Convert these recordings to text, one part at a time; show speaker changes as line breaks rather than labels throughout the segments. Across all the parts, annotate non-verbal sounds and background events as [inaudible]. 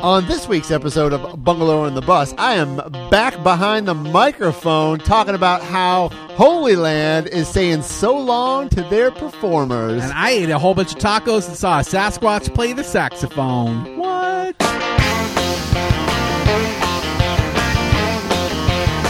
On this week's episode of Bungalow on the Bus, I am back behind the microphone talking about how Holy Land is saying so long to their performers.
And I ate a whole bunch of tacos and saw a Sasquatch play the saxophone. What?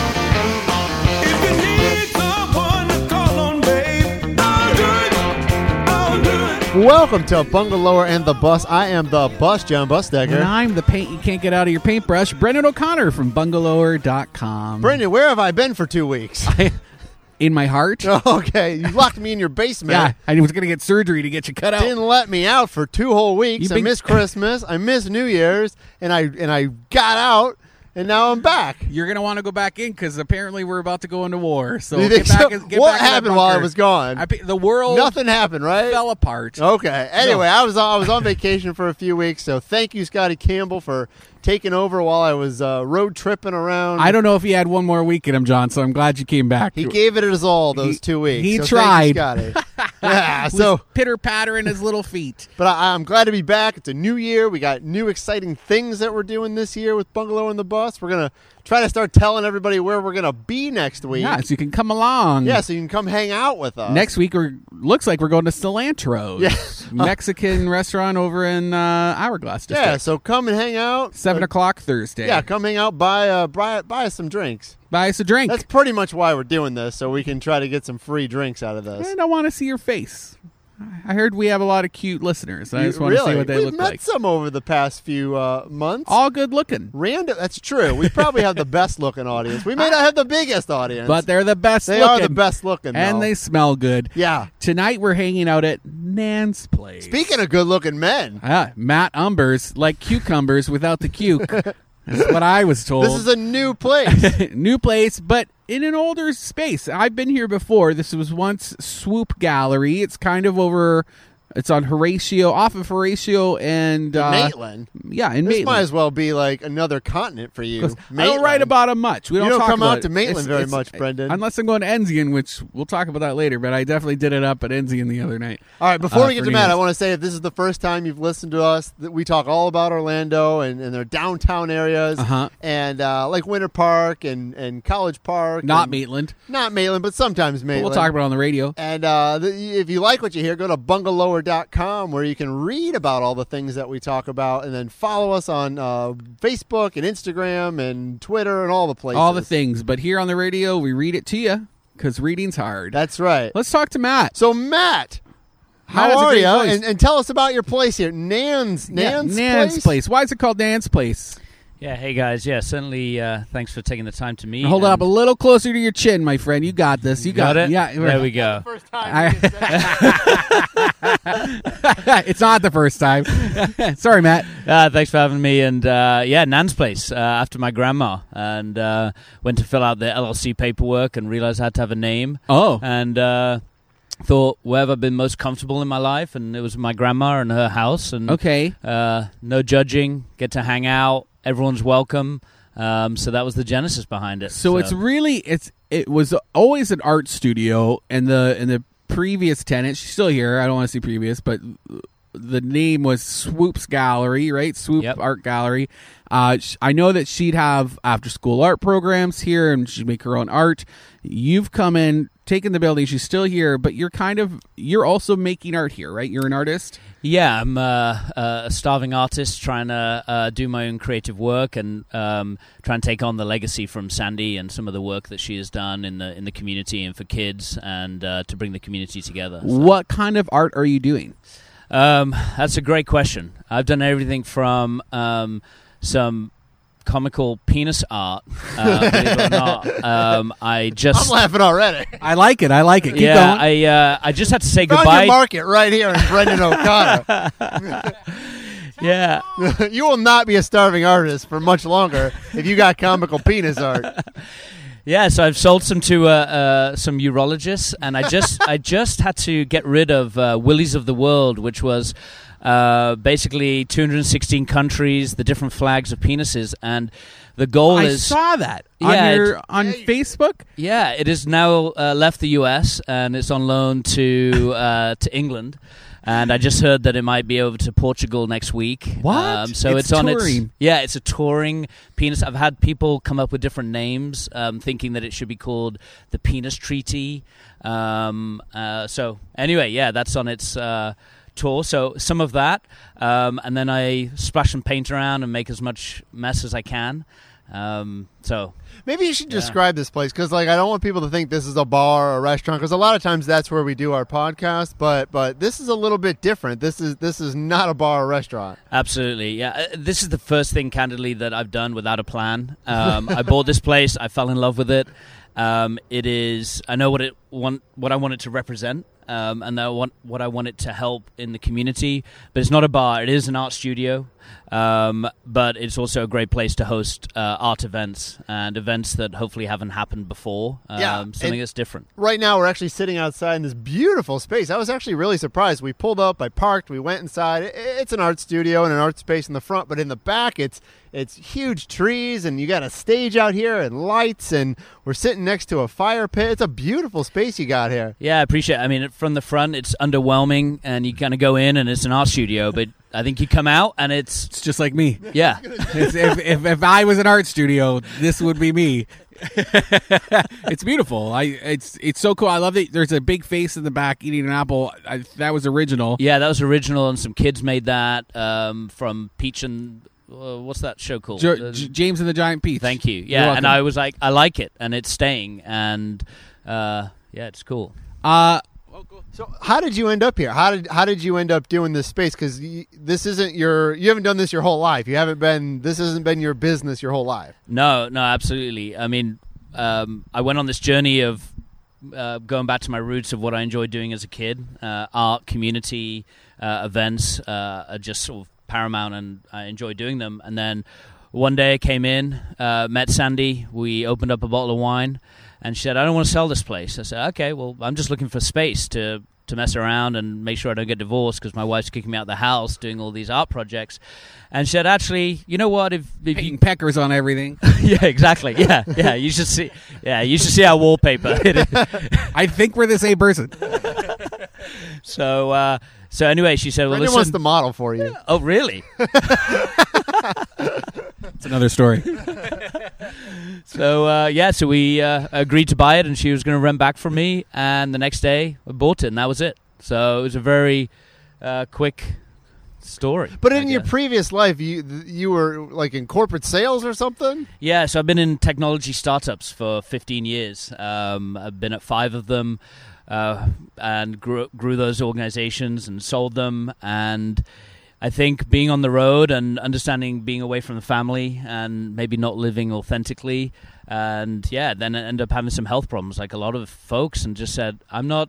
If you need someone to call on, babe, I'll do it. I'll do it.
Welcome to Bungalower and the Bus. I am the Bus, John
And
Busdecker.
I'm the paint you can't get out of your paintbrush, Brendan O'Connor from bungalower.com.
Brendan, where have I been for two weeks?
[laughs]
[laughs]
in my heart?
Oh, okay, you locked me in your basement.
yeah, I was going to get surgery to get you cut out.
Didn't let me out for two whole weeks.
You've
I
been-
missed Christmas. I missed New Year's, and I and I got out, and now I'm back.
You're going to want to go back in because apparently we're about to go into war. So,
[laughs] You
get
think so?
back, in- get
What
back in that
happened while I
bunker.
was gone?
I pe- the world
Nothing Oh. happened, right?
fell apart.
Okay. Anyway, I was I was on vacation for a few weeks, so thank you, Scotty Campbell, for taking over while I was uh, road tripping around.
I don't know if he had one more week in him, John, so I'm glad you came back.
He gave it his all those
He-
two weeks.
he
so
tried.
Thank you,
[laughs]
Scotty. yeah. So,
pitter pattering his little feet.
but I, I'm glad to be back. It's a new year. We got new exciting things that we're doing this year with Bungalow and the Bus. We're gonna try to start telling everybody where we're gonna be next week.
Yeah, so you can come along.
Yeah, so you can come hang out with us
Next week, we're looks like we're going to Cilantro's
Yeah.
[laughs] Mexican restaurant over in uh, Hourglass District.
Yeah. So come and hang out.
Seven o'clock Thursday.
Uh, Yeah, come hang out. Buy uh, buy buy us some drinks.
buy us a drink.
That's pretty much why we're doing this, so we can try to get some free drinks out of this.
and I want to see your face. I heard we have a lot of cute listeners. I just want
really?
to see what they
We've
look
met
like.
some over the past few uh, months.
All good looking,
Random. That's true. We probably have the best looking audience. We may not have the biggest audience,
but they're the best.
they
looking.
are the best looking.
and
though.
they smell good.
yeah.
Tonight we're hanging out at Nan's place.
Speaking of good looking men,
Ah, Matt Umbers like cucumbers without the cuke.
[laughs]
That's what I was told.
this is a new place.
new place, but in an older space. I've been here before. This was once Swoop Gallery. It's kind of over. It's on Horatio, off of Horatio, and [laughs] uh,
Maitland.
Yeah, in
This
Maitland.
might as well be like another continent for you.
I don't write
Maitland.
about them much. We
You
don't,
don't
talk
come
about
out
it.
to Maitland
It's-
very
it's-
much, Brendan.
Unless I'm going to Enzian, which we'll talk about that later. But I definitely did it up at Enzian the other night.
All right, before
uh,
we get
for
to Matt,
news.
I want to say if this is the first time you've listened to us, that we talk all about Orlando and, and their downtown areas,
Uh-huh.
and uh, like Winter Park and, and College Park.
Not
and-
Maitland.
Not Maitland, but sometimes
But
Maitland.
We'll talk about it on the radio.
And uh, the, if you like what you hear, go to bungalower.com where you can read about all the things that we talk about and then follow us on uh, Facebook and Instagram and Twitter and all the places.
All the things, but here on the radio, we read it to you because reading's hard.
That's right.
Let's talk to Matt.
So, Matt. How
has a
are
great
you?
voice.
And, and tell us about your place here, Nan's Nan's,
yeah, Nan's place? Why is it called Nan's place?
Yeah, hey guys. Yeah, certainly. Uh, thanks for taking the time to meet.
Hold
and-
up a little closer to your chin, my friend. You got this. You got,
Got it.
Yeah, [laughs]
there we go.
First time.
I- it's not the first
[laughs]
time. Sorry, Matt.
Uh, thanks for having me. And uh, yeah, Nan's place uh, after my grandma, and uh, went to fill out the LLC paperwork and realized I had to have a name.
Oh,
And uh, thought, where have I been most comfortable in my life? And it was my grandma and her house. And
okay.
uh, no judging. Get to hang out. Everyone's welcome. Um, so that was the genesis behind it.
So it's really it's it was always an art studio, and the and the previous tenant she's still here. I don't want to see previous, but the name was Swoop's Gallery, right? Swoop
Yep.
Art Gallery. Uh, sh- I know that she'd have after school art programs here, and she'd make her own art. You've come in. taken the building, she's still here, but you're kind of you're also making art here, right? You're an artist.
Yeah, I'm uh, uh, a starving artist trying to uh, do my own creative work and um, try and take on the legacy from Sandy and some of the work that she has done in the in the community and for kids and uh, to bring the community together.
What kind of art are you doing?
Um, that's a great question. I've done everything from um, some comical penis art. Uh, believe it or not, um, I
[laughs] I'm
just
laughing [laughs] already.
I like it. I like it. Keep
yeah,
going.
I uh, I just had to say
Found
goodbye.
your market right here in Brendan O'Connor.
yeah.
you will not be a starving artist for much longer if you got comical penis art.
Yeah, so I've sold some to uh, uh, some urologists, and I just
[laughs]
I just had to get rid of uh, Willies of the World, which was uh, basically 216 countries, the different flags of penises, and the goal
I
is
saw that
Yeah,
on your
it-
on Facebook.
yeah, it has now uh, left the U.S. and it's on loan to uh, to England. and I just heard that it might be over to Portugal next week. Um,
What?
so
It's
it's, on its
touring.
yeah, it's a touring penis. I've had people come up with different names, um, thinking that it should be called the Penis Treaty. Um, uh, so anyway, yeah, that's on its. Uh, Tour, so some of that, um, and then I splash and paint around and make as much mess as I can. Um, so
Maybe you should describe this place because, like, I don't want people to think this is a bar or a restaurant because a lot of times that's where we do our podcast. But but this is a little bit different. This is this is not a bar or restaurant.
Absolutely, yeah. Uh, This is the first thing, candidly, that I've done without a plan. Um, I bought this place. I fell in love with it. Um, it is. I know what it want, what I want it to represent, um, and I want what I want it to help in the community. But it's not a bar. It is an art studio, um, but it's also a great place to host uh, art events and events that hopefully haven't happened before. Um,
Yeah,
something
and-
that's different.
Right now, we're actually sitting outside in this beautiful space. I was actually really surprised. We pulled up, I parked, we went inside. I- It's an art studio and an art space in the front, but in the back, it's it's huge trees and you got a stage out here and lights, and we're sitting next to a fire pit. It's a beautiful space you got here.
Yeah, I appreciate. It. I mean, it- from the front, it's underwhelming, and you kind of go in, and it's an art studio. But I think you come out, and it's
It's just like me. [laughs]
yeah.
It's- if, if, if I was an art studio, this would be me. [laughs] it's beautiful. I it's it's so cool. I love that there's a big face in the back eating an apple. I, that was original.
Yeah, that was original, and some kids made that um, from Peach and uh, what's that show called?
Jo-
Uh,
J- James and the Giant Peach.
thank you.
You're
Yeah,
welcome.
and I was like, I like it, and it's staying, and uh, yeah, it's cool.
Uh,
So how did you end up here? How did how did you end up doing this space? Because this isn't your you haven't done this your whole life. You haven't been this hasn't been your business your whole life.
No, no, absolutely. I mean, um, I went on this journey of uh, going back to my roots of what I enjoyed doing as a kid. Uh, art, community, uh, events uh, are just sort of paramount, and I enjoy doing them. And then one day I came in, uh, met Sandy. We opened up a bottle of wine, and she said, "I don't want to sell this place." I said, "Okay, well, I'm just looking for space to." To mess around and make sure I don't get divorced because my wife's kicking me out of the house doing all these art projects, and she said, "Actually, you know what? If, if you
Uh, eating peckers on everything.
[laughs] yeah, exactly. Yeah, yeah. You should see. Yeah, you should see our wallpaper. [laughs] It is-
I think we're the same person.
so, uh, so anyway, she said, "Well,
Brendan wants
listen."
the model for you.
[laughs] oh, really?
It's another story.
so, uh, yeah. So we uh, agreed to buy it, and she was going to rent back from me. And the next day, I bought it, and that was it. So it was a very uh, quick story.
But
I
in your
guess.
previous life, you you were like in corporate sales or something.
Yeah, so I've been in technology startups for 15 years. Um, I've been at five of them uh, and grew, grew those organizations and sold them. And I think being on the road and understanding being away from the family and maybe not living authentically. And yeah, then I end up having some health problems like a lot of folks and just said, I'm not.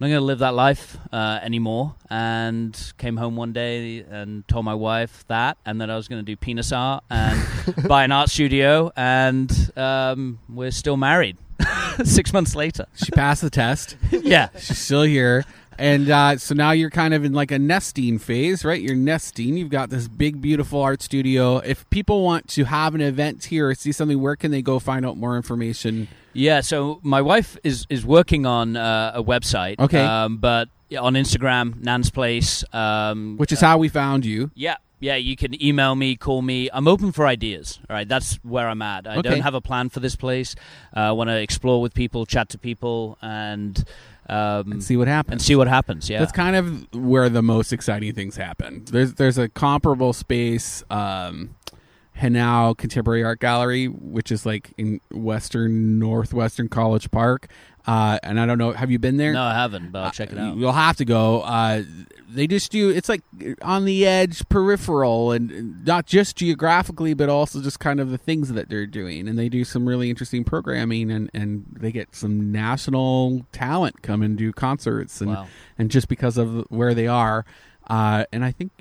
I'm not going to live that life uh, anymore. And came home one day and told my wife that, and that I was going to do penis art and
[laughs]
buy an art studio, and um, we're still married [laughs] six months later.
She passed the test.
yeah.
She's still here. And uh, so now you're kind of in like a nesting phase, right? You're nesting. You've got this big, beautiful art studio. If people want to have an event here or see something, where can they go find out more information?
Yeah, so my wife is is working on uh, a website.
Okay.
Um, but on Instagram, Nan's Place. Um,
Which is how we found you.
Yeah, yeah. You can email me, call me. I'm open for ideas. All right, that's where I'm at. I
Okay.
don't have a plan for this place. Uh, I want to explore with people, chat to people, and um,
and See what happens.
and see what happens. Yeah,
That's kind of where the most exciting things happen. There's there's a comparable space, um, Hanau Contemporary Art Gallery, which is like in western northwestern College Park. Uh, and I don't know, have you been there?
no, I haven't, but I'll check it out.
You'll have to go. Uh, they just do. It's like on the edge, peripheral, and not just geographically, but also just kind of the things that they're doing. And they do some really interesting programming, and, and they get some national talent come and do concerts, and
Wow.
and just because of where they are. Uh, and I think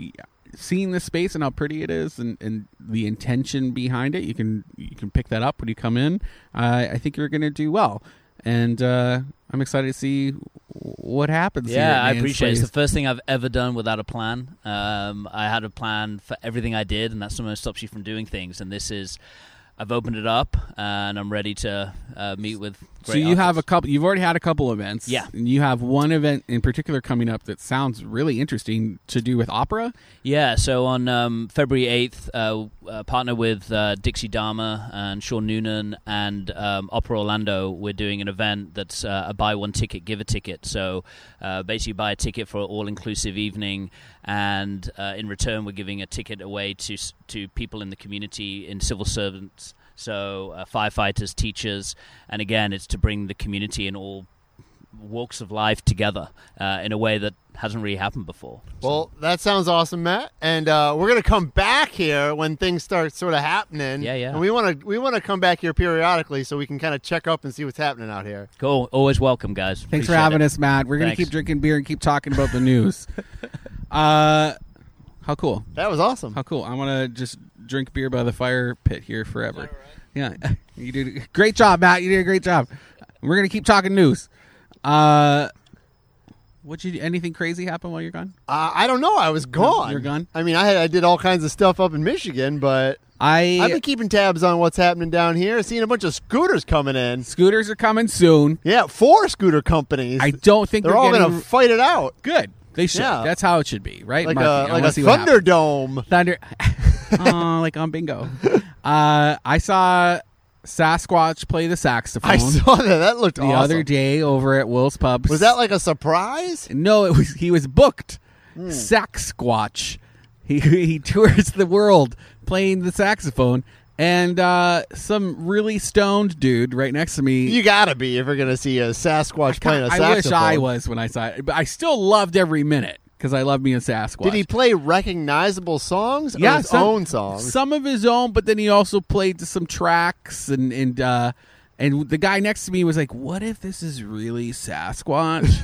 seeing the space and how pretty it is, and, and the intention behind it, you can you can pick that up when you come in. Uh, I think you're going to do well. And uh, I'm excited to see what happens. here
Yeah,
at
I
Man's
appreciate it. It's the
Place.
first thing I've ever done without a plan. Um, I had a plan for everything I did, and that's something that stops you from doing things. And this is I've opened it up and I'm ready to uh, meet with.
So
Great
you have a
artists.
couple. You've already had a couple events.
Yeah.
and you have one event in particular coming up that sounds really interesting to do with opera.
yeah. So on um, February eighth, uh, uh, partner with uh, Dixie Dharma and Sean Noonan and um, Opera Orlando. We're doing an event that's uh, a buy one ticket, give a ticket. So uh, basically, buy a ticket for an all inclusive evening, and uh, in return, we're giving a ticket away to s- to people in the community, in civil servants. So uh, firefighters, teachers, and again, it's to bring the community and all walks of life together uh, in a way that hasn't really happened before.
Well, that sounds awesome, Matt. And uh, we're gonna come back here when things start sort of happening.
Yeah, yeah.
And we want to we want to come back here periodically so we can kind of check up and see what's happening out here.
Cool. Always welcome, guys.
Thanks for having us, Matt. We're gonna
Thanks.
keep drinking beer and keep talking about the news. [laughs] uh, how cool!
That was awesome.
How cool! I want to just drink beer by the fire pit here forever. Yeah, [laughs] you did great job, Matt. You did a great job. We're gonna keep talking news. Uh, what you anything crazy happen while you're gone?
Uh, I don't know. I was gone.
you're gone?
I mean, I had, I did all kinds of stuff up in Michigan, but
I
I've been keeping tabs on what's happening down here. Seeing a bunch of scooters coming in.
scooters are coming soon.
Yeah, four scooter companies.
I don't think
They're
they're
all
getting
gonna fight it out
good. They should.
Yeah.
That's how it should be, right?
like
Marketing.
a
I
like
wanna
a
see what happens.
thunderdome.
Thunder. [laughs] oh, like on bingo. Uh, I saw Sasquatch play the saxophone
I saw that. That looked
the
awesome.
other day over at Will's Pub.
was that like a surprise?
No, it was he was booked.
Hmm.
Saxquatch. He [laughs] he tours the world playing the saxophone. And uh, some really stoned dude right next to me
[laughs] You gotta be if you're gonna see a Sasquatch playing a
I wish
saxophone.
I was when I saw it, but I still loved every minute because I love me a Sasquatch.
Did he play recognizable songs or his
some-
own songs?
Some of his own, but then he also played to some tracks and and uh, and the guy next to me was like, "What if this is
[laughs]
really Sasquatch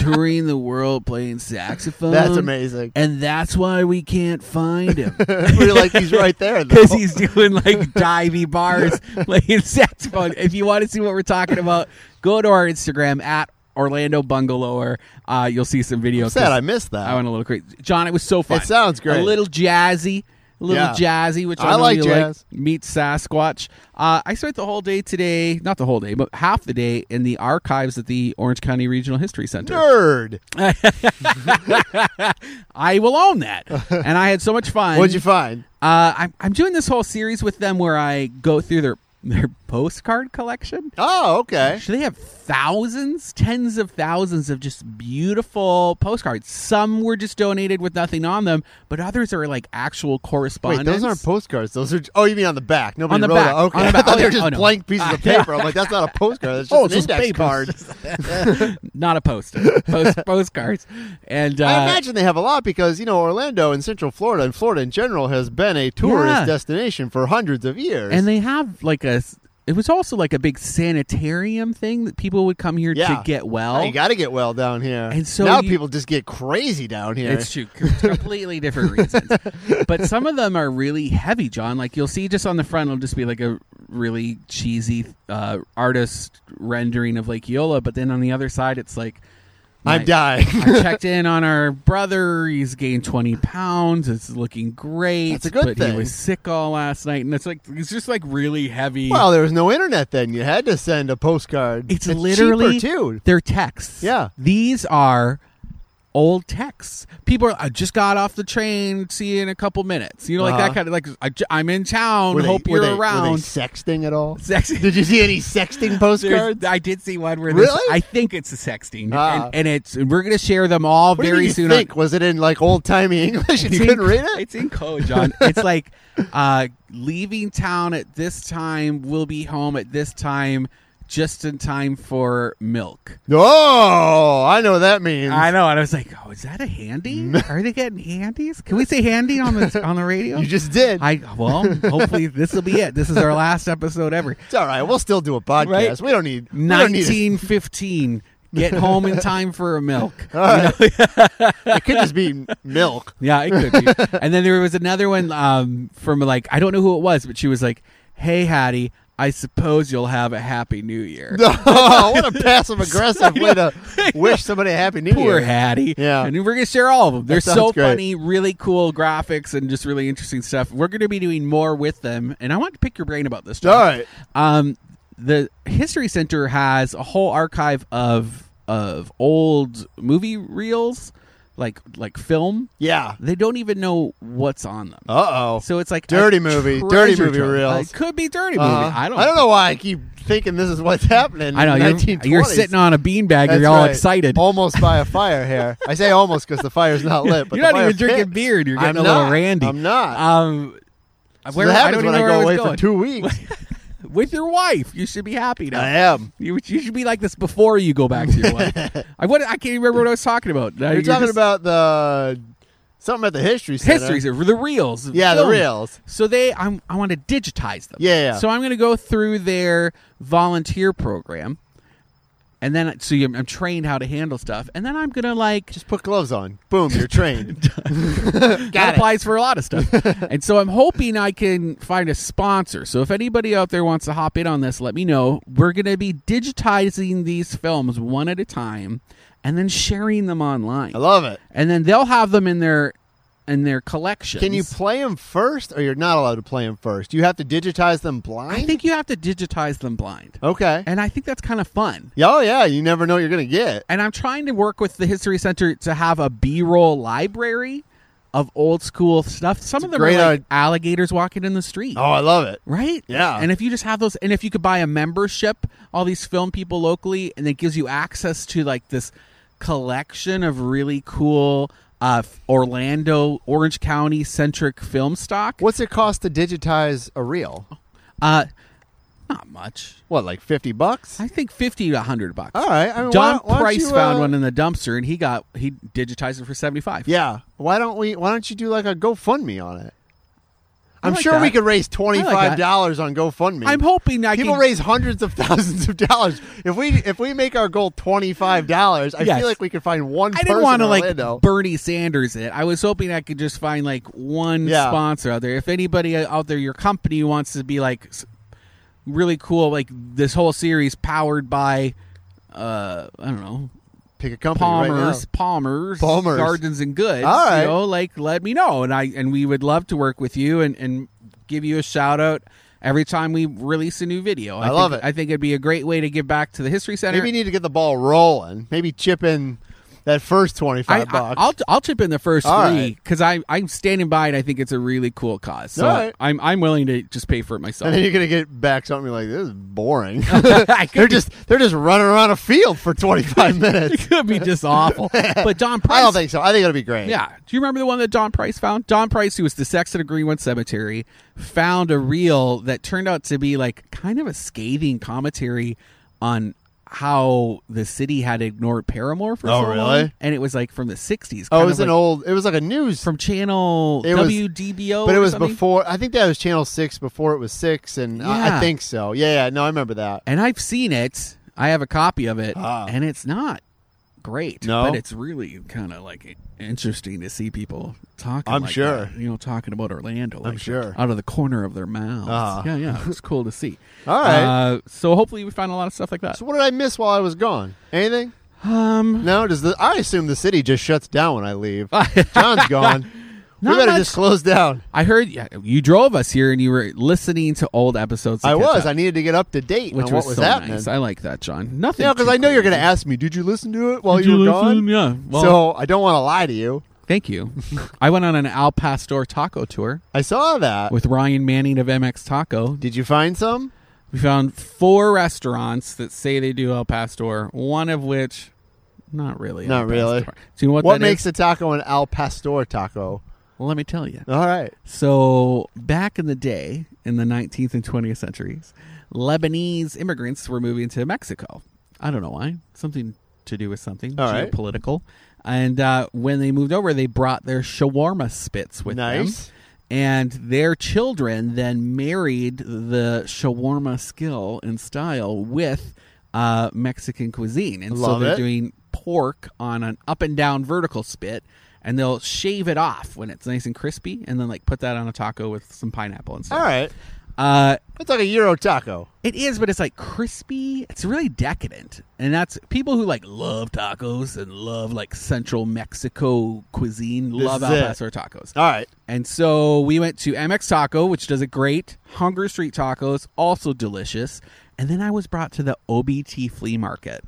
touring the world playing saxophone?
That's
[laughs]
amazing. [laughs]
and that's why we can't find him."
We're like he's right there. though.
because he's doing like divey
[laughs]
bars playing saxophone. If you want to see what we're talking about, go to our Instagram at Orlando Bungalower. Uh, you'll see some videos.
sad I missed that.
I went a little crazy. John, it was so fun.
It sounds great.
A little jazzy. A little jazzy, which I,
I
know
like
you
jazz.
like. Meets Sasquatch. Uh, I spent the whole day today, not the whole day, but half the day in the archives at the Orange County Regional History Center.
Nerd.
I will
[laughs]
own that. and I had so much fun.
What'd you find?
Uh, I'm, I'm doing this whole series with them where I go through their their [laughs] postcard collection.
Oh, okay.
So they have thousands, tens of thousands of just beautiful postcards. Some were just donated with nothing on them, but others are like actual
Wait,
correspondence.
those aren't postcards. Those are. Oh, you mean on the back? Nobody
On the
wrote
back.
it. Okay,
On
[laughs]
the
I
back.
thought
Oh,
they were
yeah.
just
Oh, no.
blank pieces
[laughs]
of paper. I'm like, that's not a postcard. That's just an
Oh, it's just
index
papers.
card.
[laughs]
[laughs]
not a post, post postcards, and uh,
I imagine they have a lot because you know Orlando and Central Florida and Florida in general has been a tourist
Yeah.
destination for hundreds of years.
and they have like a. s- It was also like a big sanitarium thing that people would come here
Yeah.
to get well.
Now you got to get well down here.
And so
now
you-
people just get crazy down here.
It's true. Com- Completely
[laughs]
different reasons. But some of them are really heavy, John. Like you'll see just on the front, it'll just be like a really cheesy uh, artist rendering of Lake Yola. But then on the other side, it's like,
I'm
my-
dying.
I checked in on our brother. He's gained 20 pounds. It's looking great.
That's a good
but
thing.
he was sick all last night. And it's like, it's just like really heavy.
[laughs] well, there was no internet then. You had to send a postcard.
It's, literally
cheaper, too.
They're texts.
Yeah.
These are old texts. People are, I just got off the train. See you in a couple minutes. You know, like
Uh-huh.
that kind of like I, ju- I'm in town.
Were they-
hope
were
you're
they- were they
around. [laughs]
sexting at all?
Sexy.
Did you see any sexting
[laughs] There's-
postcards?
I did see one where there's-
Really?
I think it's a sexting,
Ah.
and, and it's we're gonna share them all
What do you
very
mean you
soon. on-
Think? Was it in like old timey English and you
in-
couldn't read it?
It's in
[laughs]
code, John. it's like uh, leaving town at this time. We'll be home at this time, just in time for milk.
Oh, I know what that means.
I know, and I was like, "Oh, is that
[laughs]
a handy? Are they getting handies? Can we say handy on the on the radio?"
You just did.
I
[laughs]
well, hopefully this will be it. This is our last episode ever.
it's all right. We'll still do a podcast.
Right?
We don't need we don't need a-
Nineteen fifteen. Get home in time for a milk.
[laughs] It could just
[laughs]
be milk. [laughs]
Yeah, it could be. and then there was another one um, from like I don't know who it was, but she was like, "Hey, Hattie, I suppose you'll have a happy new year.
oh, what a passive aggressive
[laughs]
way to wish somebody a happy new
Poor
year.
Hattie.
Yeah.
And we're going to share all of them. They're
sounds
so
great.
funny, really cool graphics, and just really interesting stuff. We're going to be doing more with them. And I want to pick your brain about this. John.
All right.
Um, the History Center has a whole archive of of old movie reels, like like film.
Yeah.
They don't even know what's on them.
Uh oh.
So it's like
Dirty
a
movie, dirty
treasure
movie
trove.
reels.
It could be dirty movie.
Uh-huh.
I don't.
know why I keep thinking this is what's happening.
I know
in
you're,
1920s.
you're sitting on a beanbag.
That's
You're all
right.
excited.
Almost by a fire here. I say almost because the fire's not lit. But
you're
the
not even
fire's
drinking
lit.
beer. and You're
I'm
getting a little
not.
randy.
I'm not.
Um,
So
where,
that
I
happens
don't
when
even know
I
where
go
was
away
going.
for two
[laughs]
weeks.
with your wife. You should be happy now.
I am.
You, you should be like this before you go back to
[laughs]
your wife. I what I can't even remember what I was talking about.
You're, talking about the something at the history center.
histories, the reels.
Yeah, the
film.
reels.
So they, I'm, I want to digitize them.
Yeah, yeah.
So I'm going to go through their volunteer program, and then so you, I'm trained how to handle stuff, and then I'm going to like
Just put gloves on. Boom, you're
[laughs]
trained.
that applies for a lot
[laughs]
of stuff. and so I'm hoping I can find a sponsor. So if anybody out there wants to hop in on this, let me know. We're going to be digitizing these films one at a time and then sharing them online.
I love it.
And then they'll have them in their in their collections.
Can you play them first, or you're not allowed to play them first? You have to digitize them blind.
I think you have to digitize them blind.
Okay.
And I think that's kind of fun.
Yeah, oh yeah, you never know what you're gonna get.
And I'm trying to work with the History Center to have a B-roll library of old school stuff. Some of them
great
are like
idea.
alligators walking in the street.
Oh, I love it.
Right?
Yeah.
And if you just have those, and if you could buy a membership, all these film people locally, and it gives you access to like this collection of really cool uh, Orlando, Orange County centric film stock.
What's it cost to digitize a reel?
Uh, not much.
What, like fifty bucks?
I think fifty to hundred bucks.
All right. I mean, why
Don
don't- why don't
Price
you,
found
uh,
one in the dumpster, and he got he digitized it for seventy five.
Yeah. Why don't we? Why don't you do like a GoFundMe on it? I'm
like
sure we
that.
could raise twenty
like
five
that.
dollars on GoFundMe.
I'm hoping I
people
can.
raise hundreds of thousands of dollars. If we if we make our goal twenty five dollars, I
Yes.
feel like we could find one.
I didn't
want to
like Bernie Sanders it. I was hoping I could just find like one
Yeah.
sponsor out there. If anybody out there, your company wants to be like s- really cool, like this whole series powered by, uh, I don't know,
pick a company right now.
Palmer's, Palmer's,
Palmer's.
Gardens and Goods.
All right.
you know, like let me know, and I and we would love to work with you and and give you a shout out. Every time we release a new video, I,
love
think-
it.
I think it'd be a great way to give back to the History Center.
Maybe you need to get the ball rolling. Maybe chip in that first twenty
I,
five bucks.
will I'll chip in the first
All
three
right.
because I I'm standing by and I think it's a really cool cause. So
All right.
I'm I'm willing to just pay for it
and
myself. [laughs]
then you're gonna get back something like this is boring.
I
they're
could,
just they're just running around a field for
[laughs]
25
be,
minutes.
could be just awful. But Don
[laughs]
Price,
I don't think so. I think it'll be great.
yeah. Do you remember the one that Don Price found? Don Price, who was the sex at a Greenwood Cemetery, found a reel that turned out to be like kind of a scathing commentary on how the city had ignored Paramore for
Oh,
so
really?
long. And it was like from the '60s.
Oh,
kind
it was
of,
an
like,
old. It was like a news,
from channel
It was-
WDBO,
but it
or
was
something.
before. I think that was Channel Six before it was six, and I,
Yeah.
I think so. Yeah, yeah. No, I remember that.
and I've seen it. I have a copy of it,
Ah.
and it's not great.
No?
but it's really kind of like interesting to see people talking.
I'm
like
sure.
that, you know, talking about Orlando. like,
sure.
out of the corner of their mouths.
Ah.
Yeah, yeah, it's cool to see.
[laughs] All right.
Uh, so hopefully we found a lot of stuff like that.
So what did I miss while I was gone? Anything?
Um, [laughs]
No. Does the? I assume the city just shuts down when I leave. John's gone. we
Not
better
much.
just close down.
I heard yeah, you drove us here, and you were listening to old episodes. to
I
catch
was.
up,
I needed to get up to date
which
on what
was,
was
so
happening.
nice. I like that, John. Nothing.
yeah, because
too
I know you're going to
crazy.
ask me. Did you listen to it while
Did
you were
listen?
gone?
Yeah. Well,
so I don't want to lie to you. [laughs]
thank you. I went on an Al Pastor taco tour.
I saw that.
with Ryan Manning of MX Taco.
Did you find some?
We found four restaurants that say they do El Pastor, one of which not really.
Not
El
really.
Pastor. Do you know what,
What,
that
makes
is?
a taco an al pastor taco?
Well, let me tell you.
All right.
So back in the day, in the 19th and 20th centuries, Lebanese immigrants were moving to Mexico. I don't know why. Something to do with something
All right.
geopolitical. And uh, when they moved over, they brought their shawarma spits with them.
Nice.
and their children then married the shawarma skill and style with uh, Mexican cuisine, and so
Love
they're
it.
doing pork on an up and down vertical spit, and they'll shave it off when it's nice and crispy, and then like put that on a taco with some pineapple and stuff.
All right.
Uh,
It's like a Euro taco.
it is, but it's like crispy. It's really decadent, and that's people who like love tacos and love like Central Mexico cuisine love
is
al
it.
pastor tacos.
All right.
And so we went to MX Taco, which does a great Hunger Street tacos, also delicious. And then I was brought to the OBT flea market.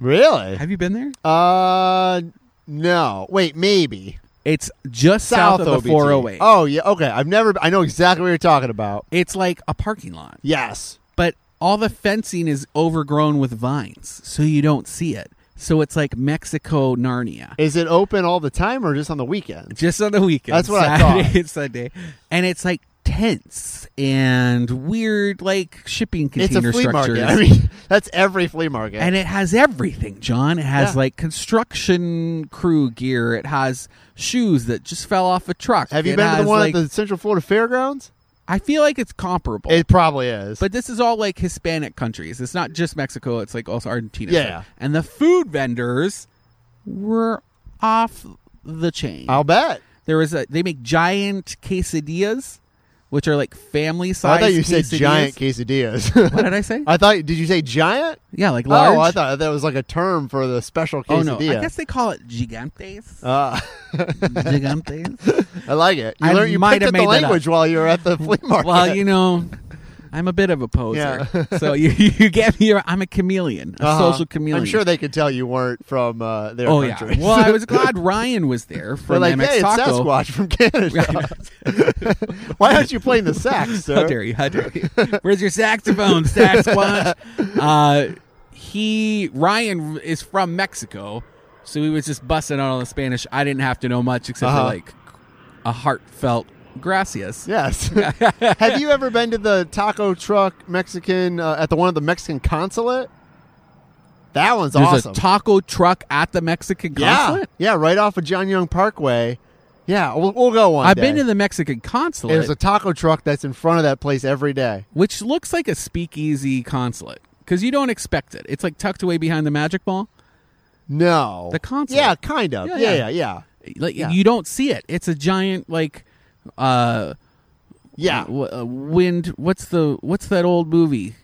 Really?
Have you been there?
Uh, no. Wait, maybe
It's just south, of the
OBT.
408.
Oh yeah. Okay. I've never. I know exactly what you're talking about.
It's like a parking lot,
Yes.
but all the fencing is overgrown with vines, so you don't see it. So it's like Mexico Narnia.
Is it open all the time or just on the weekends?
just on the weekend.
That's what I
Saturday
thought.
and Sunday, and it's like tents and weird like shipping
It's a
container
flea
structures.
market. [laughs] I mean, that's every flea market.
and it has everything, John. It has
Yeah.
like construction crew gear. It has shoes that just fell off a truck.
Have you
It
been to
has,
the one
like-
at the Central Florida Fairgrounds?
I feel like it's comparable.
It probably is.
But this is all like Hispanic countries. It's not just Mexico. It's like also Argentina.
Yeah.
And the food vendors were off the chain.
I'll bet.
There was a they make giant quesadillas, which are like family size.
Oh, I thought you said
quesadillas.
giant quesadillas. [laughs]
What did I say?
I thought. Did you say giant?
yeah, like large.
Oh, I thought that was like a term for the special quesadilla.
Oh no, I guess they call it
[laughs]
gigantes.
Uh,
gigantes.
I like it. You
I
learned you
might
picked up
have
the
made that up.
language while you were at the
[laughs]
flea market.
Well, you know, I'm a bit of a poser.
Yeah.
[laughs] so you you get me. I'm a chameleon,
[laughs]
a
Uh-huh.
social chameleon.
I'm sure they could tell you weren't from uh, their
Oh
country.
yeah. Well,
[laughs]
I was glad Ryan was there
They're
from
like,
MX
hey, it's
Taco.
Sasquatch
[laughs]
from Canada. [laughs] Why aren't you playing the sax,
How
sir?
dare you? How dare you? Where's your saxophone, Sasquatch? Uh, he Ryan is from Mexico, so he was just busting out all the Spanish. I didn't have to know much except for
Uh-huh.
like a heartfelt gracias. [laughs]
Yes. Have you ever been to the taco truck Mexican uh, at the one at the Mexican consulate? That one's
There's
awesome.
a taco truck at the Mexican
yeah,
consulate.
yeah, right off of John Young Parkway. Yeah, we'll, we'll go one.
I've
day.
been to the Mexican
And There's
consulate,
a taco truck that's in front of that place every day.
which looks like a speakeasy consulate because you don't expect it. It's like tucked away behind the Magic Mall.
No,
The consulate.
Yeah, kind of.
Yeah,
Yeah, yeah,
yeah.
yeah, yeah.
Like
Yeah.
you don't see it. It's a giant like. uh
Yeah.
w- uh, wind. What's the what's that old movie?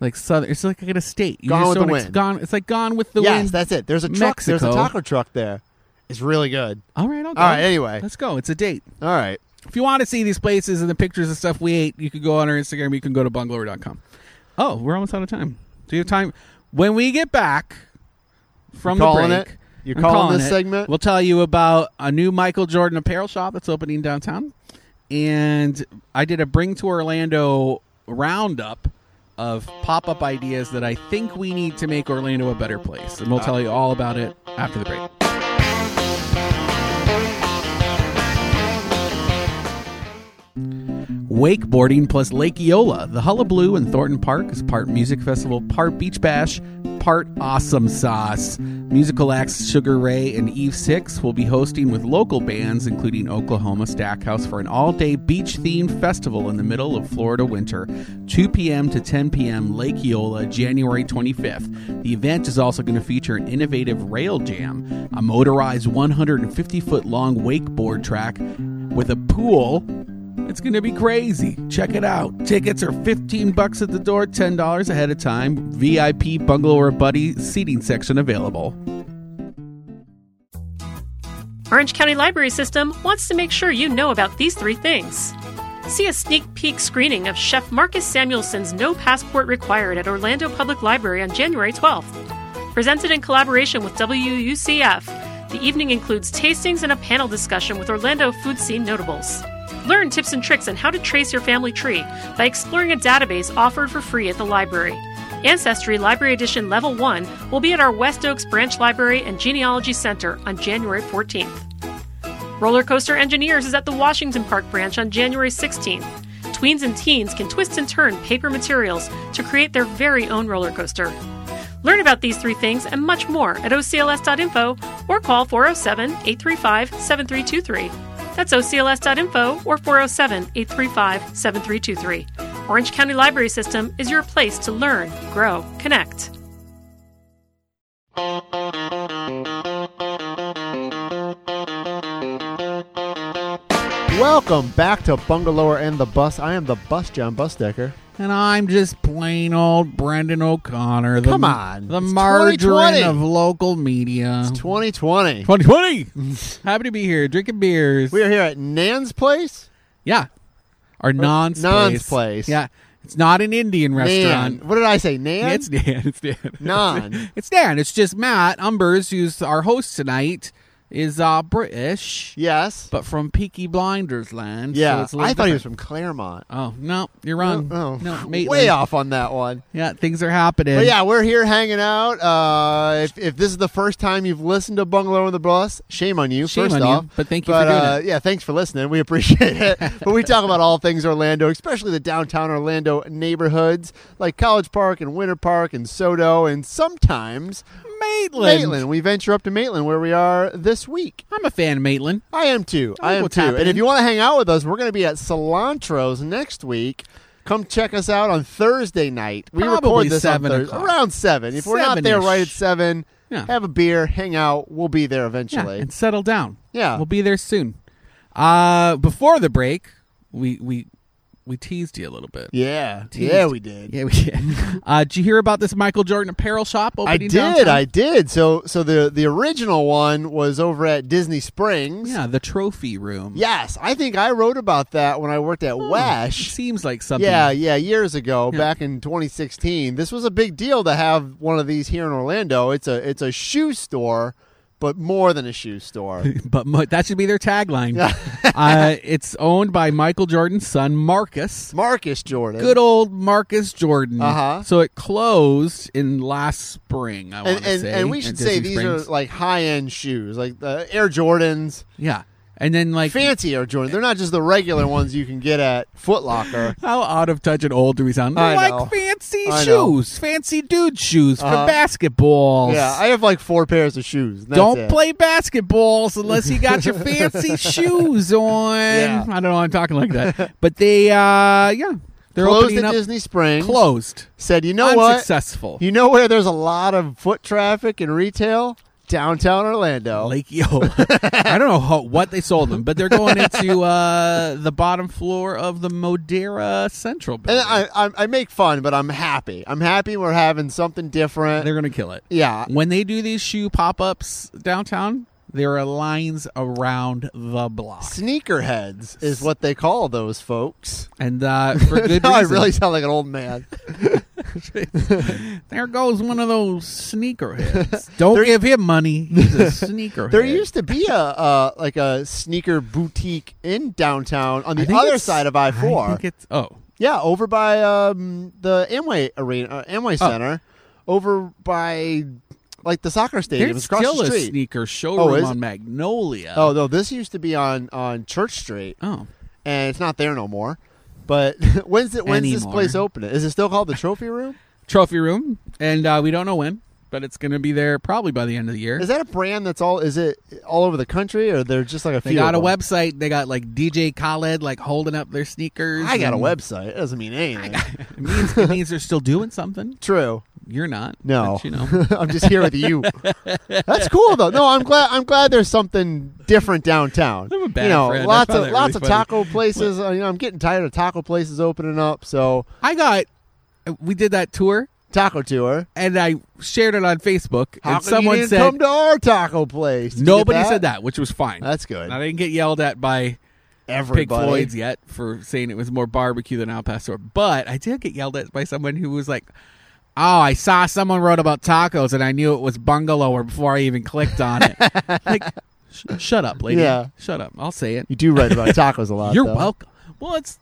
Like southern. It's like an estate. You
Gone
just
with
don't
the
ex-
Wind.
Gone. It's like Gone with the
yes,
Wind.
that's it. There's a truck. There's a
Mexico.
taco truck there. It's really good.
all right. I'll go.
All right. Anyway,
let's go. It's a date.
all right.
If you want to see these places and the pictures and stuff we ate, you can go on our Instagram. You can go to bungalower.com. Oh, we're almost out of time. Do you have time? When we get back from
You're calling
the break,
it? You're
I'm
calling this segment?
We'll tell you about a new Michael Jordan apparel shop that's opening downtown. And I did a Bring to Orlando roundup of pop up ideas that I think we need to make Orlando a better place. And we'll tell you all about it after the break. Wakeboarding plus Lake Eola, the Hullabaloo in Thornton Park is part music festival, part beach bash, part awesome sauce. Musical acts Sugar Ray and Eve Six will be hosting with local bands, including Oklahoma Stackhouse, for an all-day beach-themed festival in the middle of Florida winter, 2 p.m. to 10 p.m. Lake Eola, January 25th. The event is also going to feature an innovative rail jam, a motorized 150-foot-long wakeboard track with a pool it's going to be crazy. Check it out. Tickets are 15 bucks at the door, $10 ahead of time. VIP bungalow or buddy seating section available.
Orange County Library System wants to make sure you know about these three things. See a sneak peek screening of Chef Marcus Samuelson's No Passport Required at Orlando Public Library on January 12th. Presented in collaboration with WUCF, the evening includes tastings and a panel discussion with Orlando food scene notables. Learn tips and tricks on how to trace your family tree by exploring a database offered for free at the library. Ancestry Library Edition Level 1 will be at our West Oaks Branch Library and Genealogy Center on January 14th. Roller Coaster Engineers is at the Washington Park branch on January 16th. Tweens and teens can twist and turn paper materials to create their very own roller coaster. Learn about these three things and much more at ocls.info or call 407 835 7323. That's ocls.info or 407 835 7323. Orange County Library System is your place to learn, grow, connect.
Welcome Welcome back to Bungalower and the Bus. I am the Bus, John Busdecker.
And I'm just plain old Brendan O'Connor. The,
Come on.
The
It's
margarine
2020.
of local media.
2020.
2020. [laughs] Happy to be here, drinking beers.
We are here at Nan's place.
yeah. Our non's
Nan's
place.
place.
Yeah. It's not an Indian restaurant.
Nan. What did I say? Nan.
It's Dan. [laughs] It's Dan.
Nan.
It's Dan. It's just Matt Umbers, who's our host tonight, is uh, British,
yes.
but from Peaky Blinders land. so
yeah.
it's a
I
little
thought he was
different.
from Claremont.
Oh no, you're wrong.
Oh,
no,
way
Maitland.
off on that one.
Yeah, things are happening.
But yeah, we're here hanging out. Uh, if, if this is the first time you've listened to Bungalow on the Bus, shame on you.
Shame
first
on you,
off,
but thank you for doing
uh,
it.
Yeah, thanks for listening. We [laughs] appreciate it. but we talk about all things Orlando, especially the downtown Orlando neighborhoods like College Park and Winter Park and Soto, and sometimes
Maitland.
Maitland. We venture up to Maitland, where we are this week.
I'm a fan of Maitland.
I am too.
I
I
like
am
what's
too.
happening.
And if you want to hang out with us, we're going to be at Cilantro's next week. Come check us out on Thursday night. We
Probably
record this
seven
on Thurs-
o'clock.
around seven. If we're not there
Seven-ish.
right at seven,
Yeah.
have a beer, hang out. We'll be there
Yeah,
eventually.
and settle down.
Yeah.
we'll be there soon. Uh, before the break, we we we teased you a little bit.
Yeah, yeah,
Teased.
we did.
Yeah,
[laughs]
we did. uh, did you hear about this Michael Jordan apparel shop
I
opening?
did.
downtown?
I did. So, so the the original one was over at Disney Springs.
Yeah, the trophy room.
Yes, I think I wrote about that when I worked at
Hmm.
Wash.
seems like something.
Yeah, yeah, years ago,
Yeah.
back in 2016, this was a big deal to have one of these here in Orlando. It's a it's a shoe store, but more than a shoe store.
[laughs] but mo- that should be their tagline. [laughs] uh, it's owned by Michael Jordan's son, Marcus.
Marcus Jordan.
Good old Marcus Jordan.
Uh-huh.
So it closed in last spring. I want
and,
to
and,
say,
and we should
eh? at
say
Disney
these are
Springs.
like high end shoes, like the Air Jordans,
yeah. And then like
fancy Air Jordans. They're not just the regular ones you can get at Foot
[laughs]
Locker.
how out of touch and old do we sound?
I
like
know.
fancy
I know.
shoes, fancy dude shoes
Uh-huh.
for basketballs.
Yeah, I have like four pairs of shoes. and that's
Don't
it.
play basketballs unless you
[laughs]
got your fancy shoes on.
Yeah.
I don't know. why I'm talking like that, but they, uh yeah, they're
Closed
opening
at
up.
Disney Springs.
Closed.
Said, you know what?
unsuccessful. [laughs]
You know where there's a lot of foot traffic and retail? Downtown Orlando.
Lake Eola. I don't know how, what they sold them, but they're going into uh, the bottom floor of the Modera Central
And
building.
I, I, I make fun, but I'm happy. I'm happy we're having something different.
they're going to kill it.
yeah.
When they do these shoe pop ups downtown, there are lines around the block,
Sneakerheads is what they call those folks. [laughs]
and uh, for good reason.
now I really sound like an old man.
there goes one of those sneakerheads.
[laughs]
Don't give him money. He's a sneakerhead.
There used to be a uh, like a sneaker boutique in downtown on
I
the
think
other
it's-
side of I four.
I think it's oh
Yeah, over by um, the Amway Arena, uh, Amway
Oh.
Center, over by like the soccer stadium.
There's
across
still
the
a
street. Oh,
sneaker showroom
is it?
on Magnolia.
Oh no, this used to be on on Church Street,
oh,
and it's not there no more. But [laughs] when's it? When's this
Anymore.
place open? Is it still called the Trophy Room?
trophy room, and uh, we don't know when, but it's going to be there probably by the end of the year.
Is that a brand that's all? Is it all over the country, or they're just like a
they
few?
got a
of them?
website. They got like DJ Khaled like holding up their sneakers.
I got a
and
website. It doesn't mean anything.
It means, it means they're still doing something.
[laughs] True. [laughs]
You're not.
No,
but, you know.
I'm just here with you. That's cool though. No, I'm glad. I'm glad there's something different downtown.
I'm a bad
you know,
friend. I
lots
found
of
that
lots
really
of
funny.
taco places. uh, you know, I'm getting tired of taco places opening up. So
I got. We did that tour,
taco tour.
and I shared it on Facebook,
How come you
and someone
didn't
said
come to our taco place? Did you get
nobody said that, which was fine.
That's good.
And I didn't get yelled at by Pink
Everybody.
Floyd's yet for saying it was more barbecue than al pastor, but I did get yelled at by someone who was like, "Oh, I saw someone wrote about tacos, and I knew it was bungalow before I even clicked
[laughs]
on it." like, sh- shut up, lady.
Yeah.
shut up. I'll say it.
You do write
[laughs]
about tacos a lot.
You're
though.
welcome. Well, it's.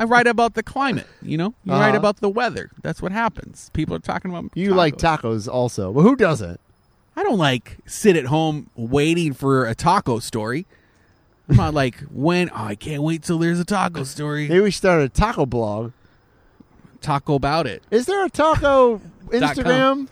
I write about the climate, you know. You write
Uh-huh.
about the weather. That's what happens. People are talking about.
You like
tacos.
tacos also. Well, who doesn't?
I don't like sit at home waiting for a taco story. I'm not like when oh, I can't wait till there's a taco story.
Maybe we should start a taco blog.
Taco about it.
Is there a taco
[laughs] Dot
Instagram?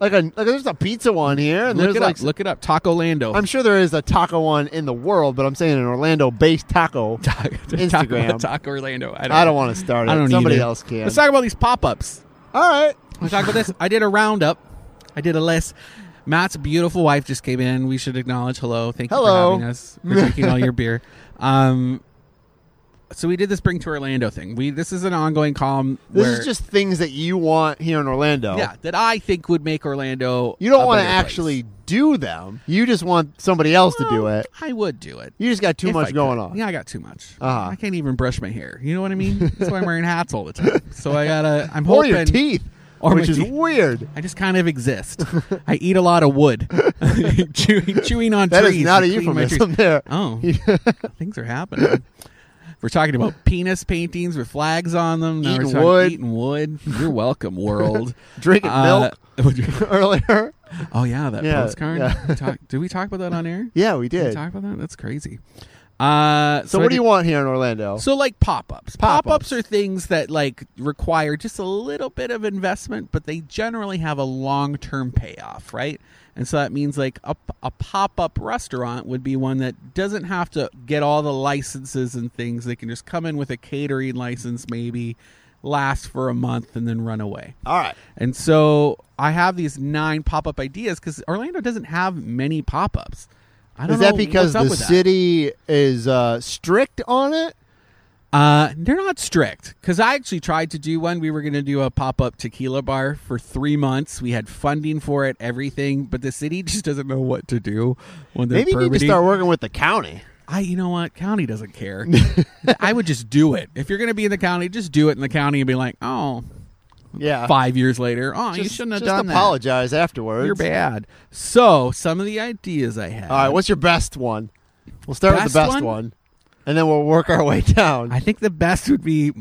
Like a like there's a pizza one here and
Look
there's
it
like
up. Look it up. Taco Lando. [laughs]
I'm sure there is a taco one in the world, but I'm saying an Orlando based
[laughs]
taco. Instagram.
Taco, [laughs] taco Orlando. I don't,
I don't want to start it.
I don't
Somebody
either.
else can.
Let's talk about these pop ups.
All right.
Let's talk about this. I did a roundup. I did a list. Matt's beautiful wife just came in. We should acknowledge hello. Thank
Hello.
you for having us. We're drinking all
[laughs]
your beer. Um, so we did this Bring to Orlando thing. We this is an ongoing column.
This
where,
is just things that you want here in Orlando.
yeah that I think would make Orlando.
You don't
want
want to actually do them. You just want somebody else to do it.
I would do it.
You just got too
If I
much
could.
going on.
Yeah, I got too much.
Uh-huh.
I can't even brush my hair. You know what I mean? That's why I'm wearing hats all
[laughs]
the time. So I gotta. I'm
Or
hoping.
your teeth,
Or my
which is
teeth.
weird.
I just kind of exist. I eat a lot of wood,
[laughs]
[laughs] chewing, chewing on
That is
trees.
not a
and cleaning my
[laughs]
trees.
euphemism there.
Oh, things are happening. We're talking about penis paintings with flags on them. Now we're
Eating
talking
wood.
Eating wood. You're welcome, world.
[laughs] Drinking
milk.
[laughs] Earlier,
[laughs] oh yeah, that
Yeah,
postcard.
yeah.
We talk- did we talk about that on air?
[laughs] yeah, we
Did
did.
we talk about that? That's crazy. Uh,
So, what
I
do
did-
you want here in Orlando?
So like pop-ups.
Pop-ups.
Pop-ups are things that like require just a little bit of investment, but they generally have a long-term payoff, right? And so that means like a, a pop-up restaurant would be one that doesn't have to get all the licenses and things. They can just come in with a catering license maybe, last for a month and then run away.
All right.
And so I have these nine pop-up ideas cuz Orlando doesn't have many pop-ups. I don't
Is that
know
because
what's up
the
with that.
city is uh, strict on it?
Uh, they're not strict because I actually tried to do one. We were going to do a pop up tequila bar for three months. We had funding for it, everything, but the city [laughs] just doesn't know what to do when they're
Maybe you
permitting.
need to start working with the county.
I, you know what? County
[laughs]
doesn't care. I would just do it. If you're going to be in the county, just do it in the county and be like, oh,
Yeah.
five years later, oh, you
Just-
shouldn't have
just
done
apologize
that.
afterwards.
You're bad. So some of the ideas I had.
All right, what's your best one? We'll start with the best
Best
one?
one?
and then we'll work our way down.
I think the best would be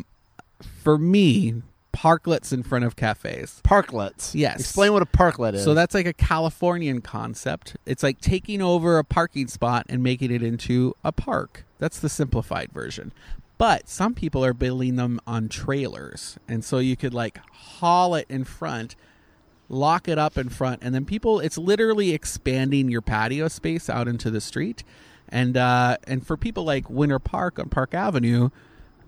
for me parklets in front of cafes.
parklets.
Yes.
Explain what a parklet is.
So that's like a Californian concept. It's like taking over a parking spot and making it into a park. That's the simplified version. But some people are building them on trailers. And so you could like haul it in front, lock it up in front, and then people, it's literally expanding your patio space out into the street. And uh, and for people like Winter Park on Park Avenue,